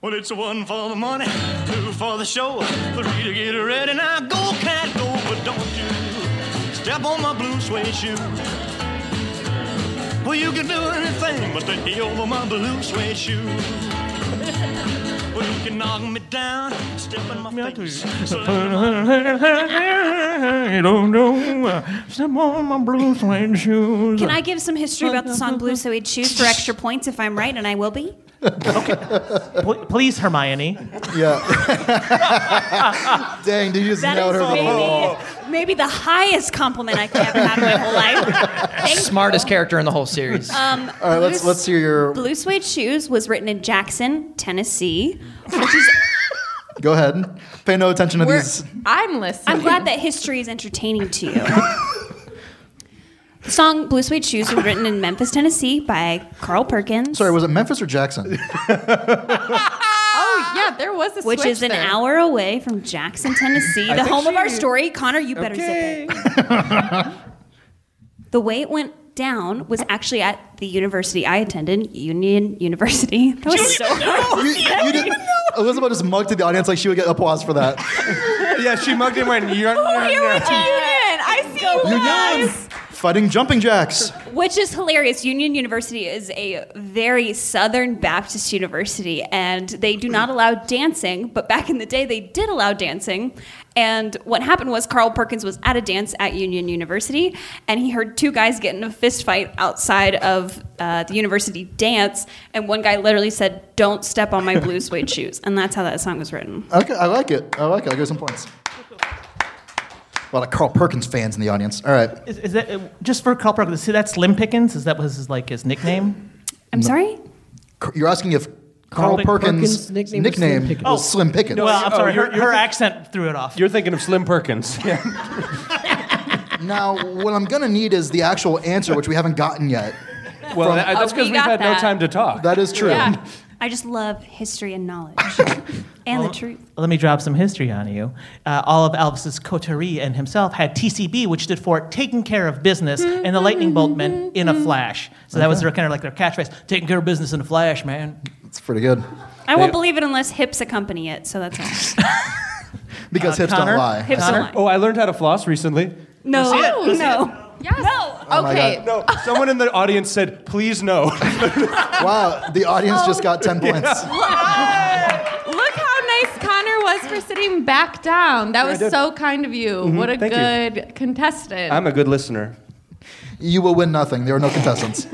Well, it's a one for the money, two for the show, three to get ready. Now go, cat, go, but don't you step on my blue suede shoe. Well, you can do anything but stay over my blue suede shoe. Well, you can knock me down, step in my face.
(laughs) I don't know. uh, Step on my blue suede
(laughs)
shoes.
Can I give some history about the song Blue So We'd Choose for extra points if I'm right, and I will be?
Pl- please, Hermione.
Yeah. Dang, did you just
That
nailed
is
her
maybe,
ball?
maybe the highest compliment I could ever have in my whole
(laughs)
life. Thank
Smartest character in the whole series.
Um,
All right, let's let's hear your.
Blue Suede Shoes was written in Jackson, Tennessee, which is.
Go ahead. Pay no attention to
We're-
these.
I'm listening.
I'm glad that history is entertaining to you. The song Blue Suede Shoes was written in Memphis, Tennessee by Carl Perkins.
Sorry, was it Memphis or
(laughs)
Jackson?
Oh yeah, there was a
which
switch
is an
there.
hour away from Jackson, Tennessee, the
think
home of our
she-
story. Connor, you better zip it. (laughs) the way it went down was actually at the university I attended, Union University. (laughs) That was so hard.
You- you did- Elizabeth just mugged to the audience like she would get applause for
(laughs)
that.
(laughs) yeah, she mugged him when you're.
Oh, you went to Union. I see you
Union!
guys.
Fighting jumping jacks.
Which is hilarious. Union University is a very Southern Baptist university, and they do not allow dancing. But back in the day, they did allow dancing. And what happened was Carl Perkins was at a dance at Union University, and he heard two guys get in a fist fight outside of uh, the university dance. And one guy literally said, Don't step on my blue suede shoes. And that's how that song was written.
Okay, I like it. I like it. I'll give some points. A lot of Carl Perkins fans in the audience. All right.
Is, is that uh, just for Carl Perkins? See, that's Slim Pickens. Is that was his like his nickname?
I'm sorry?
Car- You're asking if Carl,
Carl
Perkins',
Perkins' nickname
nickname
was Slim Pickens.
was Slim Pickens.
well, I'm
oh,
sorry.
you're-
her
you're
her
thi-
accent threw it off.
You're thinking of Slim Perkins.
Now, what I'm going to need is the actual answer, which we haven't gotten yet.
Well, that- that's
Oh,
because
we
we have
got
had
that.
no time to talk.
That is true.
Yeah.
I just love history and knowledge and the truth.
Let me drop some history on you. Uh, all of Elvis's coterie and himself had TCB, which stood for taking care of business, and the lightning bolt meant in a flash. So that was their kind of like their catchphrase: taking care of business in a flash, man.
It's pretty good.
I won't believe it unless hips accompany it, so that's all.
Because hips
Connor?
don't lie.
Hips don't lie.
Oh, I learned how to floss recently.
No,
Oh, you see
no.
Yes.
Oh my
okay.
God.
No, someone in the audience said, "Please no."
Wow, the audience just got 10 points.
Look how nice Connor was for sitting back down. That was
did.
so kind of you. What a
thank you.
good
(laughs)
contestant.
I'm a good listener.
You will win nothing. There are no contestants.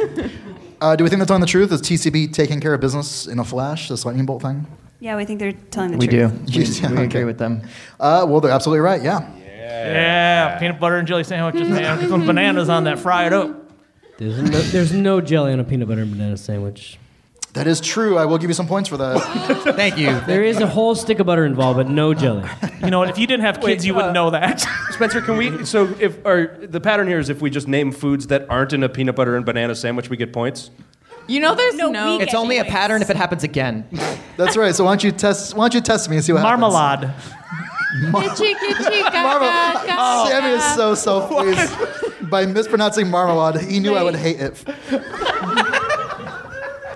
Uh, do we think that's on the truth? Is TCB taking care of business in a flash, this lightning bolt thing?
Yeah, we think they're telling the
we do.
truth.
We,
Yeah,
we
okay.
agree with them.
Uh, well, they're absolutely right, yeah.
Yeah, peanut butter and jelly sandwiches, man. Get some bananas on that fried up.
There's no, there's no jelly on a peanut butter and banana sandwich.
That is true. I will give you some points for that.
Thank you.
There is a whole stick of butter involved, but no jelly.
You know what? If you didn't have kids,
Wait,
you wouldn't
uh,
know that.
Spencer, can we? So, if or the pattern here is if we just name foods that aren't in a peanut butter and banana sandwich, we get points.
you know, there's
No,
no.
we get-
It's only a
Anyways.
pattern if it happens again.
That's right. So why don't you test? Why don't you test me and see what happens?
(laughs) Marmalade.
Kitchi,
(laughs)
kitchi, ga, ga,
Marmalade.
ga,
Sammy oh, is
ga.
so self pleased by mispronouncing marmalade. He knew I would hate it.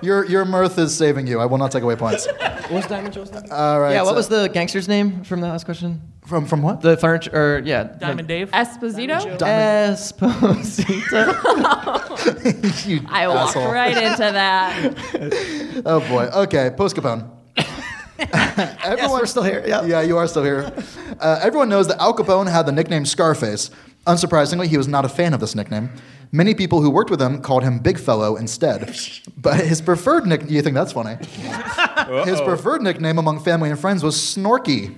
your your mirth is saving you. I will not take away points.
What's diamond? What's diamond?
All right.
Yeah, what
so-
was the gangster's name from the last question?
from from what?
The furniture, or yeah.
Diamond Dave.
Esposito.
(laughs) Esposito.
you
I walked
asshole.
right into that.
Oh boy. Okay. Post Capone.
(laughs) yes,
Everyone
we're still here. Yeah.
Yeah, you are still here. Uh, everyone knows that Al Capone had the nickname Scarface. Unsurprisingly, he was not a fan of this nickname. Many people who worked with him called him Big Fellow
(laughs)
instead. But his preferred nickname, you think that's funny? His preferred nickname among family and friends was
(laughs)
Snorky.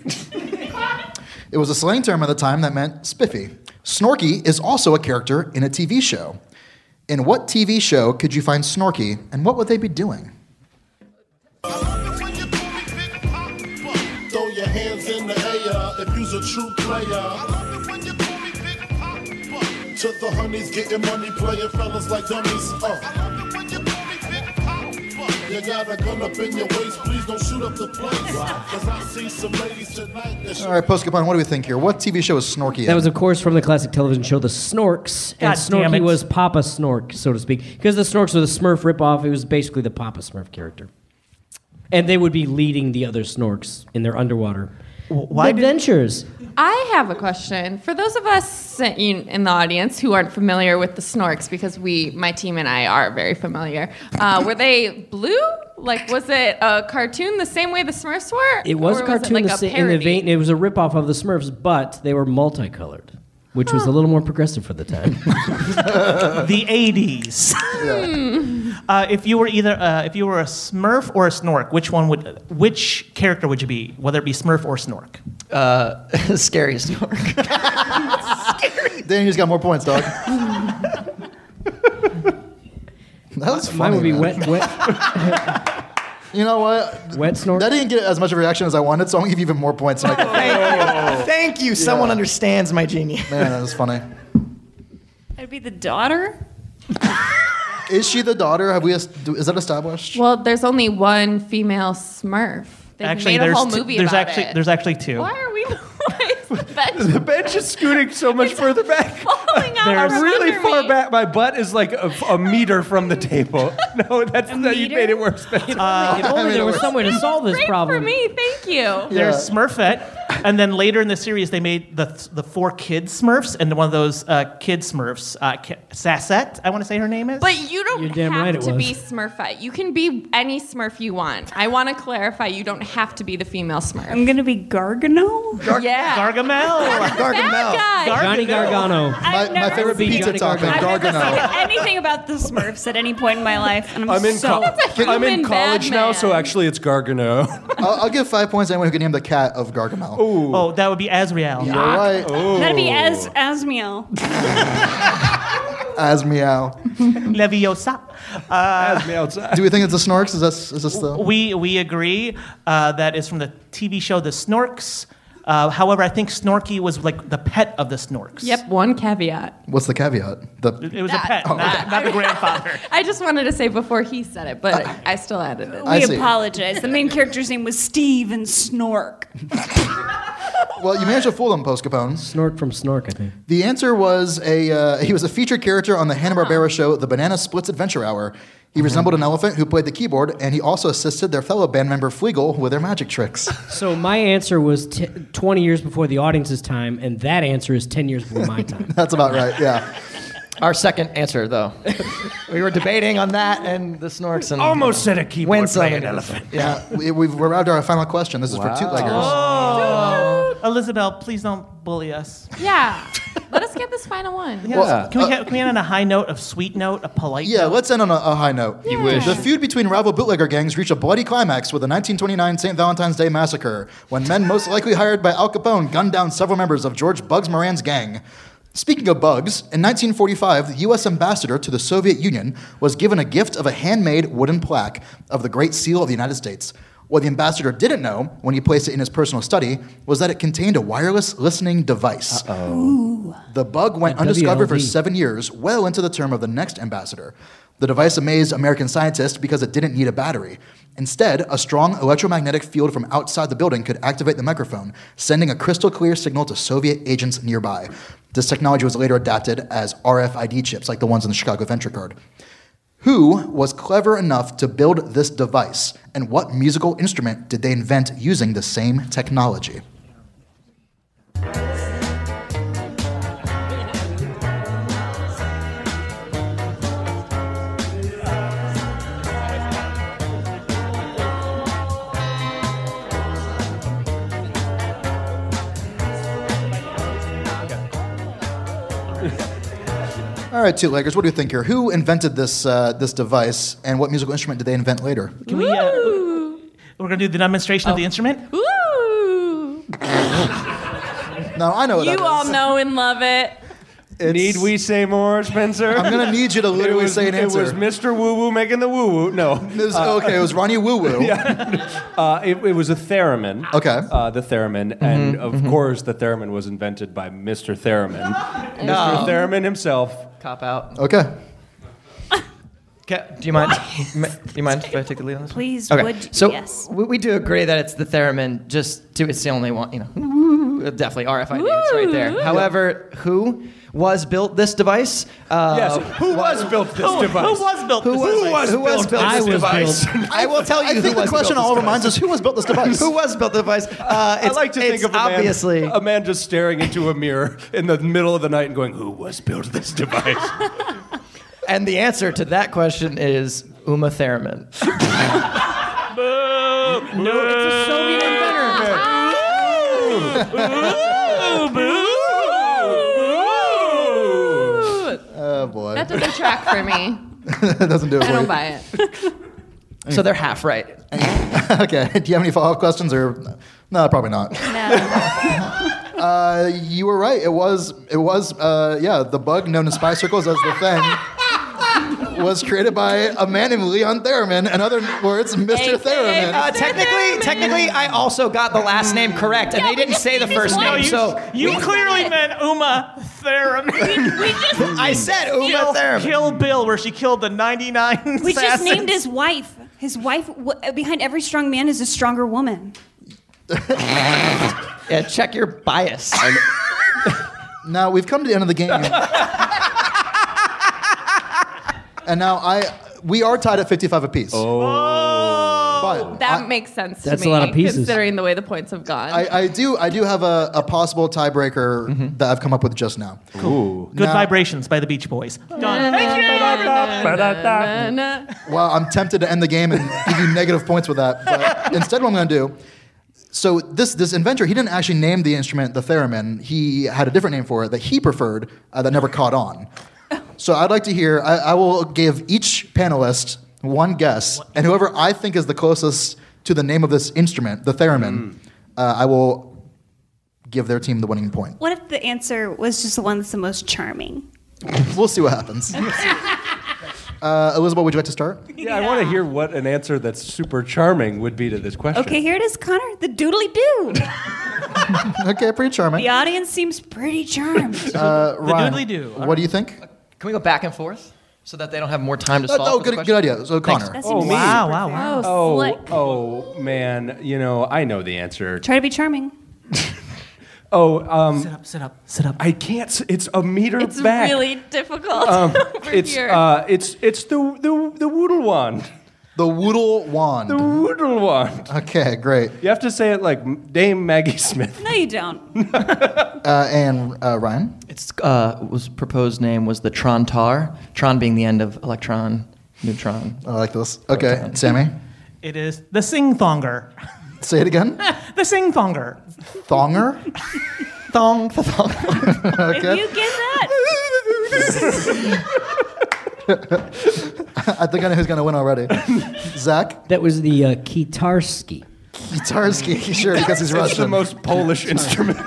it was a slang term at the time that meant spiffy. Snorky is also a character in a TV show. In what TV show could you find Snorky, and what would they be doing?
Throw your hands in the air if you's a true player. To the honeys, getting money, playing fellas like dummies. Uh. You got a gun up in your waist, please don't shoot up the place. Cause I see some ladies tonight that
All right, Post Capone, what do we think here? What TV show is Snorky in?
That was, of course, from the classic television show The Snorks.
God damn
and
it.
Snorky was Papa Snork, so to speak. Because the Snorks were the Smurf ripoff, it was basically the Papa Smurf character. And they would be leading the other Snorks in their underwater
Why did-
adventures.
I have a question for those of us in in the audience who aren't familiar with the Snorks, because we, my team and I, are very familiar. Uh, were they blue? Like, was it a cartoon the same way the Smurfs were?
It was
Or
a cartoon
like
the sa- in the
parody?
vein. It was a ripoff of the Smurfs, but they were multicolored. which was a little more progressive for
(laughs)
the time.
the 80s. Uh, if you were either uh, if you were a Smurf or a Snork, which one would which character would you be? Whether it be Smurf or Snork.
Uh, scary Snork.
Then you just got more points, dog. that was funny.
Mine would be
man.
wet, wet,
You know what? (laughs)
wet snort.
That didn't get as much of a reaction as I wanted, so I'm gonna give you even more points. Than I could.
Thank you. Thank you. Someone
Yeah.
understands my genius.
Man, that was funny.
I'd be the daughter.
Is she the daughter? Have we? est- do- Is that established?
Well, there's only one female Smurf. They
actually,
made a
there's
whole
two-
movie
there's
about
actually
it.
there's actually two.
Why are we? (laughs) Why is
(laughs)
the
(laughs)
bench
The bench is scooting so much further back.
(laughs) falling out
There's-
from
Really
under
far
me?
back. My butt is like a, a meter from the
(laughs)
table. (laughs) No, that's that, you
meter?
made it worse. That's-
if only there was some way to solve this
Great for
problem.
me,
(laughs)
thank you.
There's Smurfette, and then later in the series they made the the four kid Smurfs and one of those uh, kid Smurfs, uh, Ki- Sassette, I want to say her name is.
But you don't
You're damn
have
right it
to be
was.
Smurfette. You can be any Smurf you want. I want to clarify, you don't have to be the female Smurf.
I'm gonna be Gargano.
yeah.
Gargamel.
Gargamel.
That guy.
Johnny Gargano.
my,
I've
my
never
favorite
seen
pizza
Johnny
taco,
Gargano.
I've never
Gargano.
seen anything about the Smurfs at any point in my life, and I'm,
I'm in,
so.
co- I'm in
human
college now,
Batman.
so actually it's (laughs) Gargano.
I'll, I'll give five points to anyone who can name the cat of Gargamel. Ooh,
oh, that would be Azrael.
You're right.
That'd be as Asmiel.
As meow.
Leviosa.
Ask me outside.
Do we think it's the Snorks? Is this is this the?
We we agree uh, that is from the TV show The Snorks. Uh, however, I think Snorky was like the pet of the Snorks.
Yep, one caveat.
What's the caveat? The
It was
That-
a
Oh.
pet, not, not the grandfather.
I just wanted to say before he said it, but I still added
(laughs)
it.
I
We
see.
apologize. The main character's name was Steve and Snork.
well, you managed to fool them, Post Capone.
Snork from Snork, I think.
The answer was a uh, (laughs) he was a featured character on the Hanna Barbera show The Banana Splits Adventure Hour. He resembled an elephant who played the keyboard, and he also assisted their fellow band member Flegel with their magic tricks. (laughs)
So my answer was t- 20 years before the audience's time, and that answer is 10 years before my time.
That's about right. Yeah.
Our second answer, though. (laughs) we were debating on that and the snorks and
(laughs) Almost said a keyboard
When some-
playing elephant.
Yeah, Uh, we, we've we're arrived at our final question. This is for two leggers.
Oh. Elizabeth, please don't bully us.
Yeah. Let us get this final one.
Well,
Can we, get- can we end on a high note, a sweet note, a polite
Yeah,
note?
let's end on a, a high note. You
wish.
The feud between rival bootlegger gangs reached a bloody climax with the 1929 St. Valentine's Day Massacre, when men most likely hired by Al Capone gunned down several members of George Bugs Moran's gang. Speaking of bugs, in 1945, the U.S. ambassador to the Soviet Union was given a gift of a handmade wooden plaque of the Great Seal of the United States. What the ambassador didn't know when he placed it in his personal study was that it contained a wireless listening device. The bug went undiscovered for
WLD.
seven years, well into the term of the next ambassador. The device amazed American scientists because it didn't need a battery. Instead, a strong electromagnetic field from outside the building could activate the microphone, sending a crystal clear signal to Soviet agents nearby. This technology was later adapted as RFID chips, like the ones in the Chicago Venture Card. Who was clever enough to build this device, and what musical instrument did they invent using the same technology? All right, two leggers. What do you think here? Who invented this uh, this device, and what musical instrument did they invent later?
Can we, uh, we're going to do the demonstration
Oh.
of the instrument.
Ooh.
Now I know what
You
that
all
is.
know and love it.
Need we say more, Spencer?
I'm gonna need you to
It
literally
was,
say an
it
answer.
was Mr. Woo Woo making the woo woo. No.
It was- okay, it was Ronnie Woo (laughs) Woo.
Uh, it, it was a theremin.
Okay.
Uh, the theremin,
Mm-hmm.
and of course, the theremin was invented by Mr. Theremin. Mr. Theremin himself.
cop out.
Okay.
Okay, do you
(laughs)
mind? ma- do you mind if I take the lead on this? one?
Please,
Okay.
would you?
so
yes.
we, we do agree that it's the theremin. Just to, it's the only one. You know, definitely RFID. It's right there. However, who was built this device? Uh,
Yes. Who was built this
Who, who
device?
was built
Who
this
was,
device?
who was built
I
this
was
device? I will tell you
I
who
think the
was
question
built
all
this device.
reminds us (laughs) who has built this device.
Who was built the
(laughs)
device? Uh,
I
it's,
like to
it's
think of a man, (laughs)
obviously
a man just staring into a mirror in the middle of the night and going, "Who was built this device?"
And the answer to that question is Uma
(laughs)
Thurman.
No, it's a Soviet inventor.
Boo! Boo! Boo!
left other track for me.
it oh, doesn't do it.
I
for
don't
you.
buy it.
So they're half right.
okay. (laughs) Do you have any follow up questions or no? Probably not. (laughs) uh, you were right. It was. It was. Uh, yeah, the bug known in spy circles as the thing was created by a man named Leon Theremin. In other words, Mr.
AKA
Theremin.
Uh, technically, technically, I also got the last name correct, and
Yeah,
they didn't
we just
say the
need this
first
one.
name.
No,
you,
so
you clearly
it.
meant Uma Thurman.
(laughs) We just,
I said Uma
Kill,
Thurman.
Kill Bill, where she killed the 99
(laughs) we just
assassins.
named his wife. His wife, w- behind every strong man is a stronger woman.
Yeah, check your bias.
Now we've come to the end of the game. and now I we are tied at 55 apiece. Oh. But
That
Uh,
I,
makes sense.
That's a
to me,
lot of pieces.
considering the way the points have gone.
I, I do I do have a, a possible tiebreaker that I've come up with just now.
Good
Now-
Vibrations by the Beach Boys. Done.
Na, na.
Well, I'm tempted to end the game and give you negative points with that. But instead, what I'm going to do. So this this inventor, he didn't actually name the instrument the theremin. He had a different name for it that he preferred uh, that never caught on. So I'd like to hear. I, I will give each panelist one guess, and whoever I think is the closest to the name of this instrument, the theremin, uh, I will give their team the winning point.
What if the answer was just the one that's the most charming?
We'll see what happens. Uh, Elizabeth, would you like to start?
Yeah, I want to hear what an answer that's super charming would be to this question.
Okay, here it is, Connor. The doodly doo.
Okay, pretty charming.
the audience seems pretty charmed.
Uh, Ryan,
doodly-doo.
What do you think?
Can we go back and forth so that they don't have more time to
Uh,
solve?
oh,
the
good,
question?
good idea. So Connor,
That seems
Oh, me.
Wow,
super
wow,
fair.
wow.
Oh,
Oh,
slick.
oh man, you know I know the answer.
Try to be charming.
Oh, um,
Sit up, sit up, sit up.
I can't. s- It's a meter
It's
back.
really
(laughs)
difficult.
Um,
(laughs) over
it's
here.
uh, it's it's the the the woodle wand.
the Woodle Wand.
The woodle wand.
okay, great.
You have to say it like Dame Maggie Smith.
No, you don't.
Uh, and uh, Ryan,
Its uh, was proposed name was the Tron Tar. Tron being the end of electron, neutron.
I like this. Okay, Sammy,
It is the Sing Thonger.
say it again.
The Sing Thonger.
Thonger. (laughs)
Thong, thong.
If you get that,
I think I know who's gonna win already. Zach
(laughs) That was the uh, Kitarski.
Gitarski, sure, because he's
It's the
Russian.
most (laughs) Polish instrument.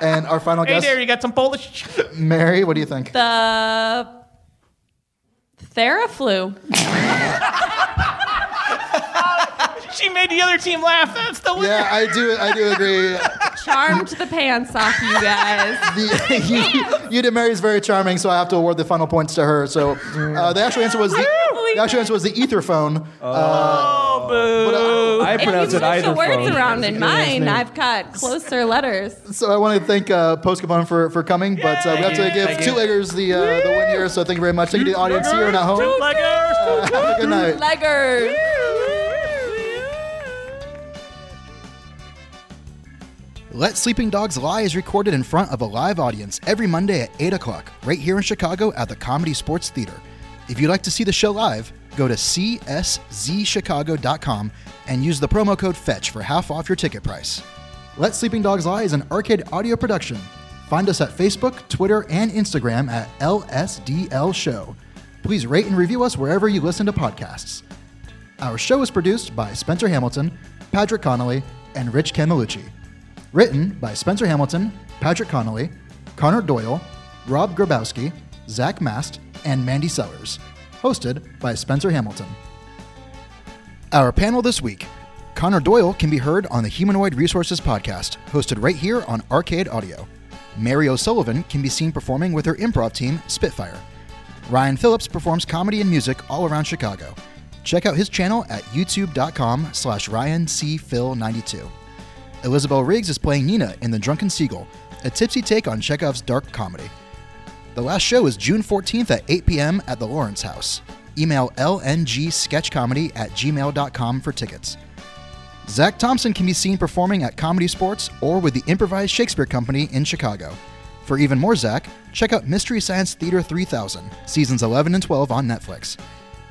and our final
Hey
guest,
there, you got some Polish. (laughs)
Mary. What do you
(laughs)
think?
the Theraflu.
she made the other team laugh. That's the winner.
yeah, I do. I do agree.
Charmed the pants off you
(laughs)
guys.
The, (laughs) you, you did Mary's very charming, so I have to award the final points to her. So uh, the actual answer was the,
I don't believe
the actual
it.
answer was the ether phone. Uh,
Oh, boo.
I
If
pronounce
you
it
move
either
the words
phone.
around in mine, I've got closer letters.
So I want to thank uh, Postcapone for, for coming, but uh, we have to give two leggers the, uh, the win here. So thank you very much. Thank you to the audience here and at home.
Bootleggers.
Have a good night.
Leggers.
Let Sleeping Dogs Lie is recorded in front of a live audience every Monday at 8 o'clock, right here in Chicago at the Comedy Sports Theater. If you'd like to see the show live, go to CSZChicago.com and use the promo code FETCH for half off your ticket price. Let Sleeping Dogs Lie is an arcade audio production. Find us at Facebook, Twitter, and Instagram at LSDL Show. Please rate and review us wherever you listen to podcasts. Our show is produced by Spencer Hamilton, Patrick Connolly, and Rich Camelucci. Written by Spencer Hamilton, Patrick Connolly, Connor Doyle, Rob Grabowski, Zach Mast, and Mandy Sellers. Hosted by Spencer Hamilton. Our panel this week Connor Doyle can be heard on the Humanoid Resources podcast, hosted right here on Arcade Audio. Mary O'Sullivan can be seen performing with her improv team, Spitfire. Ryan Phillips performs comedy and music all around Chicago. Check out his channel at youtube.com slash ryancphil92. Isabel Riggs is playing Nina in The Drunken Seagull, a tipsy take on Chekhov's dark comedy. The last show is June 14th at 8 p.m. at the Lawrence House. Email lngsketchcomedy at gmail.com for tickets. Zach Thompson can be seen performing at Comedy Sports or with the Improvised Shakespeare Company in Chicago. For even more Zach, check out Mystery Science Theater 3000, seasons 11 and 12 on Netflix.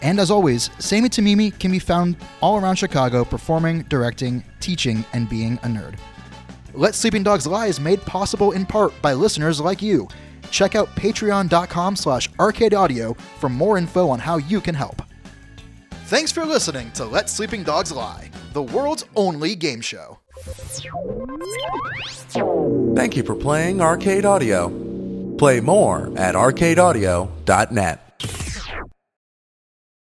And as always, Sammy Tamimi can be found all around Chicago performing, directing, teaching, and being a nerd. Let Sleeping Dogs Lie is made possible in part by listeners like you. Check out patreon.com slash arcadeaudio for more info on how you can help. Thanks for listening to Let Sleeping Dogs Lie, the world's only game show.
Thank you for playing Arcade Audio. Play more at arcadeaudio.net.